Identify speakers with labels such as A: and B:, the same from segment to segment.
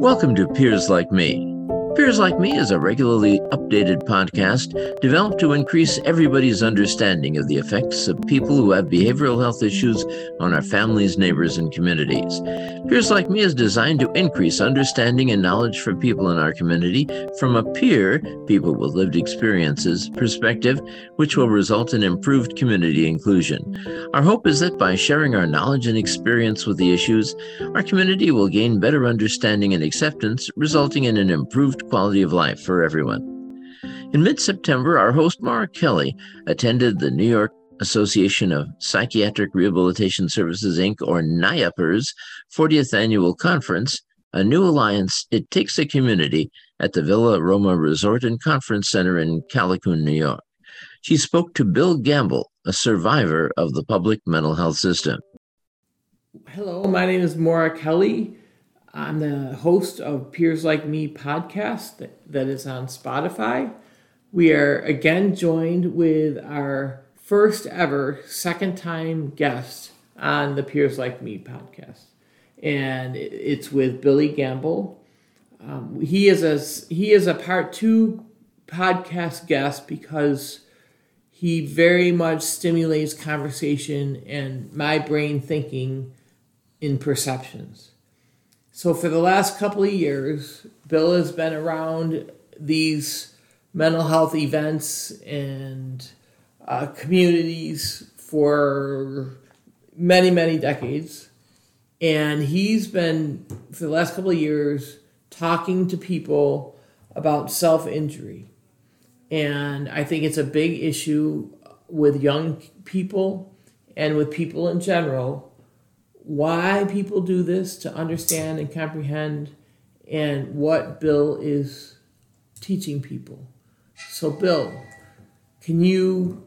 A: Welcome to Peers Like Me. Peers Like Me is a regularly updated podcast developed to increase everybody's understanding of the effects of people who have behavioral health issues on our families, neighbors, and communities. Peers Like Me is designed to increase understanding and knowledge for people in our community from a peer, people with lived experiences, perspective, which will result in improved community inclusion. Our hope is that by sharing our knowledge and experience with the issues, our community will gain better understanding and acceptance, resulting in an improved quality of life for everyone. In mid September, our host Mara Kelly attended the New York Association of Psychiatric Rehabilitation Services, Inc., or NIAPR's 40th annual conference, a new alliance, It Takes a Community, at the Villa Roma Resort and Conference Center in Calicoon, New York. She spoke to Bill Gamble, a survivor of the public mental health system.
B: Hello, my name is Maura Kelly. I'm the host of Peers Like Me podcast that, that is on Spotify. We are again joined with our first ever second time guest on the Peers Like Me podcast. And it- it's with Billy Gamble. Um, he is a s- he is a part two podcast guest because he very much stimulates conversation and my brain thinking in perceptions. So for the last couple of years, Bill has been around these mental health events and uh, communities for many, many decades. And he's been, for the last couple of years, talking to people about self injury. And I think it's a big issue with young people and with people in general why people do this to understand and comprehend and what Bill is teaching people. So Bill, can you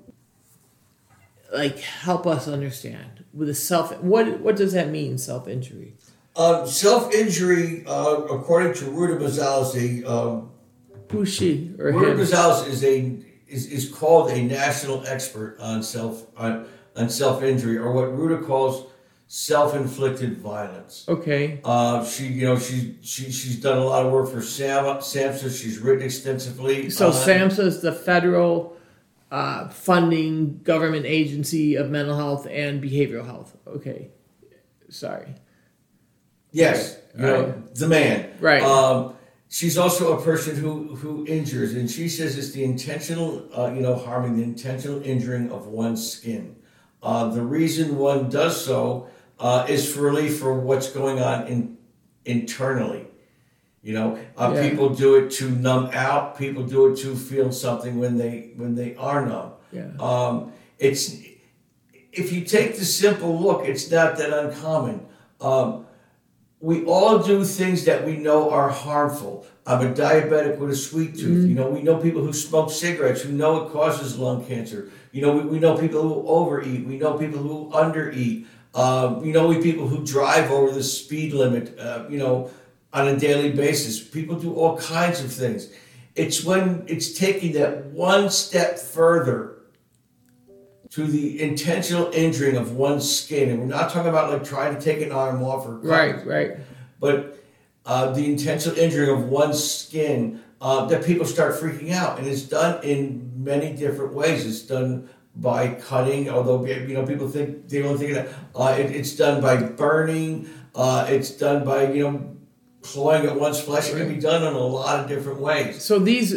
B: like help us understand with a self what what does that mean self injury?
C: Uh, self injury, uh, according to Ruta Bazalzi, um,
B: Who's she or
C: Ruta
B: him?
C: Bazalzi is a is, is called a national expert on self on, on self injury, or what Ruta calls self inflicted violence.
B: Okay.
C: Uh, she, you know, she, she she's done a lot of work for Sam Samsa. She's written extensively.
B: So
C: on-
B: SAMHSA is the federal uh, funding government agency of mental health and behavioral health. Okay. Sorry.
C: Yes, you know,
B: Right.
C: the man.
B: Right.
C: Um, she's also a person who who injures, and she says it's the intentional, uh, you know, harming, the intentional injuring of one's skin. Uh, the reason one does so uh, is for relief for what's going on in, internally. You know, uh,
B: Yeah.
C: people do it to numb out. People do it to feel something when they when they are numb.
B: Yeah.
C: Um, it's if you take the simple look, it's not that uncommon. Um, we all do things that we know are harmful. I'm a diabetic with a sweet tooth. You know, we know people who smoke cigarettes who know it causes lung cancer. You know, we, we know people who overeat. We know people who undereat. Um, you know, we people who drive over the speed limit. Uh, you know, on a daily basis, people do all kinds of things. It's when it's taking that one step further to the intentional injuring of one's skin. And we're not talking about like trying to take an arm off or
B: Right, right.
C: but uh, the intentional injuring of one's skin uh, that people start freaking out, and it's done in many different ways. It's done by cutting, although you know people think they don't think that uh, it, it's done by burning. Uh, it's done by you know clawing at one's flesh. It can be done in a lot of different ways.
B: So these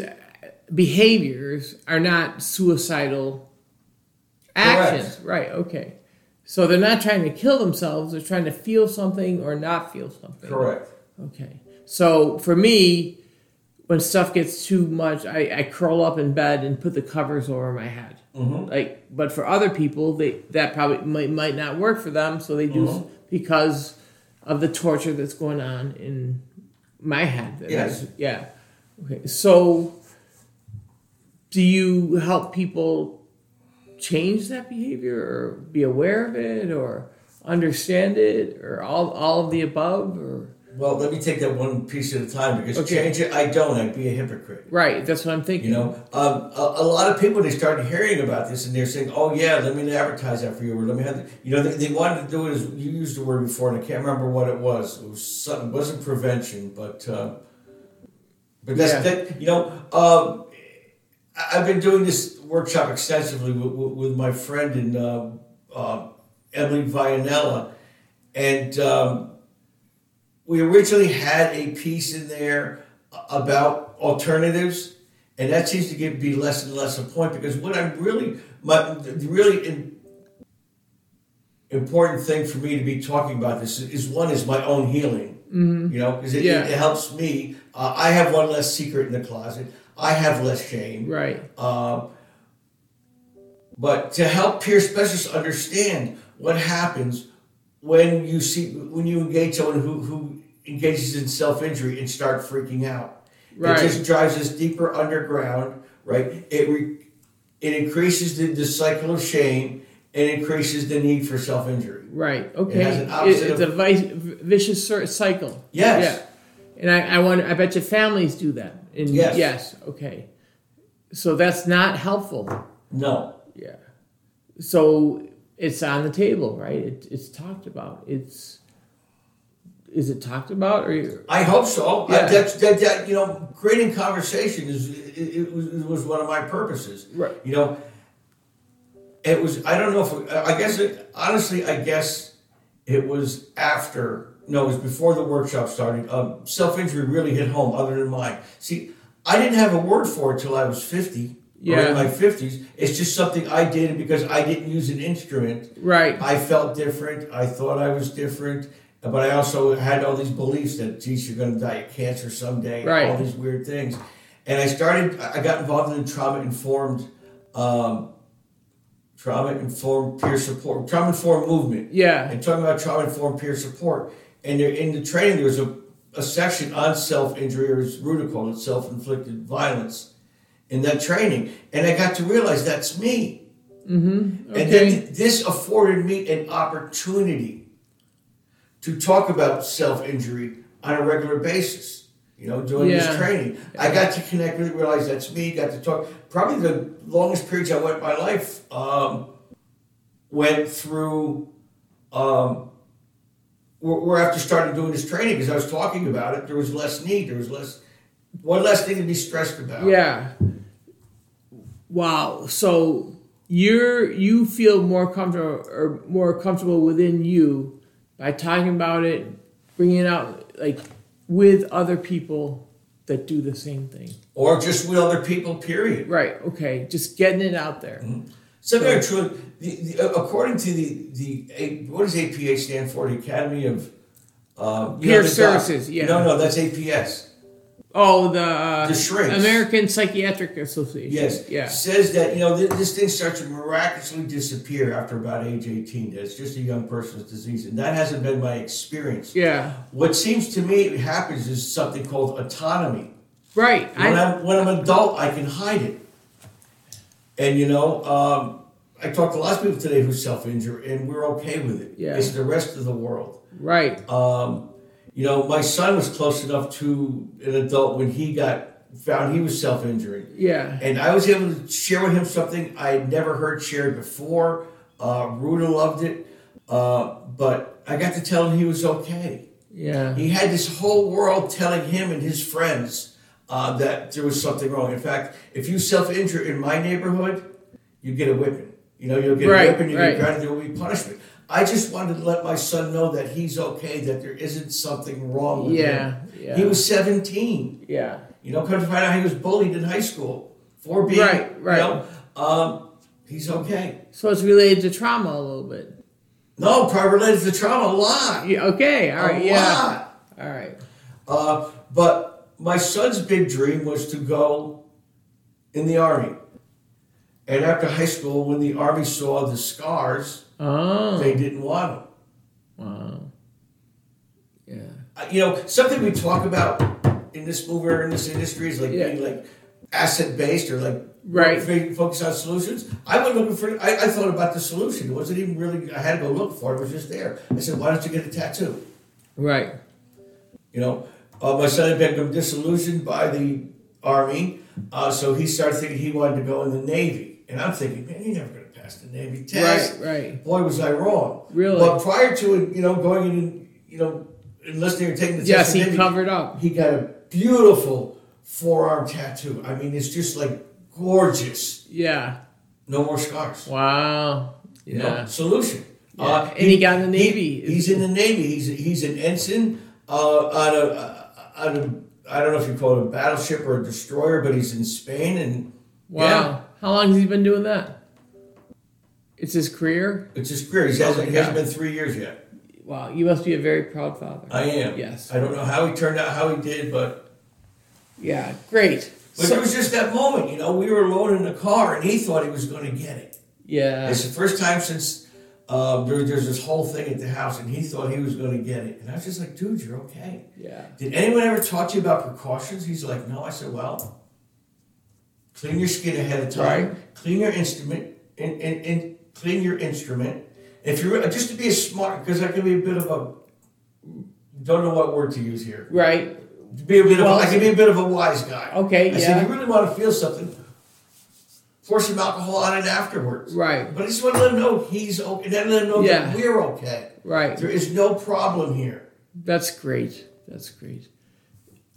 B: behaviors are not suicidal actions, right? Okay. So they're not trying to kill themselves, they're trying to feel something or not feel something.
C: Correct.
B: Okay. So for me, when stuff gets too much, I, I curl up in bed and put the covers over my head. Like, but for other people, they that probably might, might not work for them, so they do s- because of the torture that's going on in my head. That
C: Yes.
B: is- Yeah. Okay. So, do you help people change that behavior, or be aware of it, or understand it, or all all of the above, or
C: Well, let me take that one piece at a time because
B: Okay.
C: change it, I don't. I'd be a hypocrite.
B: Right. That's what I'm thinking.
C: You know, um, a, a lot of people they started hearing about this and they're saying, "Oh yeah, let me advertise that for you." Or let me have, the-" you know, they, they wanted to do it as you used the word before, and I can't remember what it was. It was something it wasn't prevention, but uh, but that's
B: Yeah.
C: that. You know, um, I- I've been doing this workshop extensively with, with, with my friend in uh, uh, Emily Vianella, and. Um, we originally had a piece in there about alternatives, and that seems to get be less and less a point because what I'm really my the really in, important thing for me to be talking about this is one is my own healing.
B: Mm-hmm.
C: You know, because it,
B: Yeah.
C: it helps me. Uh, I have one less secret in the closet. I have less shame.
B: Right.
C: Um, but to help peer specialists understand what happens when you see when you engage someone who, who engages in self injury and start freaking out,
B: Right.
C: it just drives us deeper underground, right? It re, it increases the, the cycle of shame and increases the need for self injury.
B: Right. Okay.
C: has an opposite
B: it's a
C: of-
B: vice, vicious cir- cycle.
C: Yes.
B: Yeah. And I, I wonder. I bet your families do that. And
C: Yes.
B: Okay. So that's not helpful.
C: No.
B: Yeah. So it's on the table, right? It, it's talked about. It's is it talked about or
C: I hope so. I-
B: Yeah.
C: that's, that, that, you know, creating conversation is it, it was, it was one of my purposes.
B: Right.
C: You know, it was. I don't know if I guess it. Honestly, I guess it was after. No, it was before the workshop started. Um, Self injury really hit home. Other than mine, see, I didn't have a word for it till I was fifty. Or
B: Yeah.
C: in my fifties, it's just something I did because I didn't use an instrument.
B: right?
C: I felt different. I thought I was different, but I also had all these beliefs that, geez, you're going to die of cancer someday, all
B: Right.
C: these weird things. And I started, I I got involved in trauma informed, um, trauma informed peer support, trauma informed movement.
B: Yeah.
C: And talking about trauma informed peer support. And there, in the training, there was a, a section on self injury, or as Ruta called it, self inflicted violence in that training. And I got to realize that's me. And
B: Okay.
C: then this afforded me an opportunity to talk about self injury on a regular basis. You know, doing
B: Yeah.
C: this training, I got to connect with it, realize that's me. Got to talk. Probably the longest periods I went in my life um, went through. Um, where where after starting doing this training, because I was talking about it, there was less need. There was less, one less thing to be stressed about.
B: yeah. Wow. So you're you feel more comfortable or more comfortable within you by talking about it, bringing it out like with other people that do the same thing.
C: Or just with other people. Period.
B: Right. Okay. Just getting it out there.
C: Something are true. The, the, uh, according to the the A- what does APA stand for? The Academy of uh, you
B: Peer
C: know, the doc-
B: Services, yeah.
C: No, no, that's APS.
B: Oh, the, uh,
C: The shrinks.
B: American Psychiatric Association.
C: Yes.
B: Yeah.
C: Says that you know th- this thing starts to miraculously disappear after about age eighteen. That's just a young person's disease, and that hasn't been my experience.
B: Yeah.
C: What seems to me happens is something called autonomy.
B: Right.
C: When
B: I,
C: I'm when I'm an adult, I can hide it. And you know, um, I talked to lots of people today who self injure, and we're okay with it.
B: Yeah.
C: It's the rest of the world.
B: right.
C: Um, you know, my son was close enough to an adult when he got found he was self injuring,
B: Yeah.
C: and I was able to share with him something I had never heard shared before. Uh, Ruta loved it, uh, but I got to tell him he was okay.
B: Yeah.
C: He had this whole world telling him and his friends uh, that there was something wrong. In fact, if you self injure in my neighborhood, you get a whipping. You know, you'll get
B: Right,
C: a whipping, you
B: right.
C: get grounded, there will be punishment. I just wanted to let my son know that he's okay, that there isn't something wrong with
B: Yeah,
C: him.
B: yeah.
C: He was 17.
B: Yeah.
C: You know, come to find out he was bullied in high school for being,
B: Right, right.
C: you know, um, he's okay.
B: So it's related to trauma a little bit.
C: No, probably related to trauma a lot.
B: Yeah. Okay. All
C: A
B: right. Yeah.
C: lot.
B: All right.
C: Uh, but my son's big dream was to go in the army. And after high school, when the army saw the scars,
B: Oh.
C: they didn't want him.
B: Wow. Yeah.
C: Uh, You know, something we talk about in this movie or in this industry is like
B: Yeah.
C: being like asset based or like
B: Right.
C: fo- focus on solutions. I went looking for. I, I thought about the solution. It wasn't even really. I had to go look for it. It was just there. I said, "Why don't you get a tattoo?"
B: Right.
C: You know, uh, my son had been disillusioned by the army, uh, so he started thinking he wanted to go in the Navy. And I'm thinking, man, you're never going to pass the Navy test.
B: Right, right.
C: Boy, was I wrong.
B: Really?
C: But prior to it, you know, going in, and, you know, enlisting or taking the
B: Yes,
C: test, in
B: he
C: the Navy,
B: covered up.
C: he got a beautiful forearm tattoo. I mean, it's just like gorgeous.
B: Yeah.
C: No more scars.
B: Wow.
C: You
B: Yeah.
C: know, solution. Uh,
B: Yeah. And he got in the Navy.
C: he's in the Navy. He's he's an ensign uh, on a on a I don't know if you call it a battleship or a destroyer, but he's in Spain and
B: Wow.
C: yeah,
B: How long has he been doing that? It's his career?
C: it's his career. He hasn't, it
B: Yeah.
C: hasn't been three years yet.
B: Wow. You must be a very proud father.
C: I am.
B: Yes.
C: I don't know how he turned out, how he did, but
B: yeah. Great.
C: but
B: So-
C: it was just that moment. You know, we were alone in the car, and he thought he was going to get it.
B: yeah.
C: It's the first time since um, there, there's this whole thing at the house, and he thought he was going to get it. And I was just like, dude, you're okay.
B: Yeah.
C: Did anyone ever talk to you about precautions? He's like, no. I said, well, clean your skin ahead of time. Clean your instrument and, and, and clean your instrument. If you're just to be a smart, because I can be a bit of a don't know what word to use here.
B: Right.
C: To be a bit
B: Well,
C: of a, I can be a bit of a wise guy.
B: Okay,
C: I said,
B: yeah.
C: you really want to feel something. Pour some alcohol on it afterwards.
B: Right.
C: But I just want to let him know he's okay. Then let him know
B: Yeah.
C: that we're okay.
B: Right.
C: There is no problem here.
B: That's great. That's great.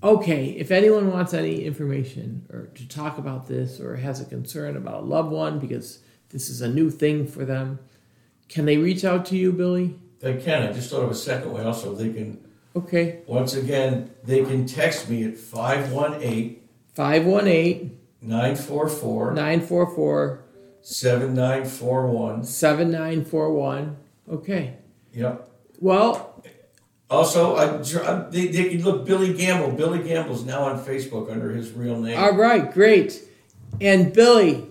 B: Okay, if anyone wants any information or to talk about this or has a concern about a loved one because this is a new thing for them, can they reach out to you, Billy?
C: They can. I just thought of a second way also. They can,
B: Okay.
C: once again, they can text me at 518
B: 518
C: 944
B: 944
C: 7941.
B: 7941. Okay.
C: Yep.
B: Well,
C: Also, I, dr- they, they can look Billy Gamble. Billy Gamble's now on Facebook under his real name.
B: all right, great. And Billy,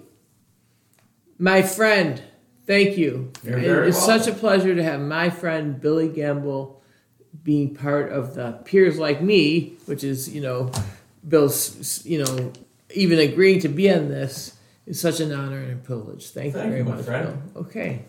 B: my friend, thank you.
C: You're
B: It-
C: very
B: it's
C: welcome.
B: such a pleasure to have my friend Billy Gamble being part of the peers like me, which is you know, Bill's you know even agreeing to be on this is such an honor and a privilege. Thank,
C: Thank
B: you very
C: you, my
B: much,
C: friend.
B: Bill. Okay.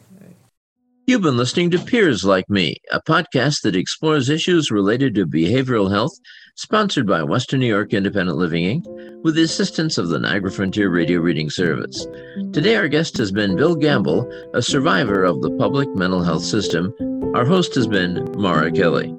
A: You've been listening to Peers Like Me, a podcast that explores issues related to behavioral health, sponsored by Western New York Independent Living Inc., with the assistance of the Niagara Frontier Radio Reading Service. Today, our guest has been Bill Gamble, a survivor of the public mental health system. Our host has been Mara Kelly.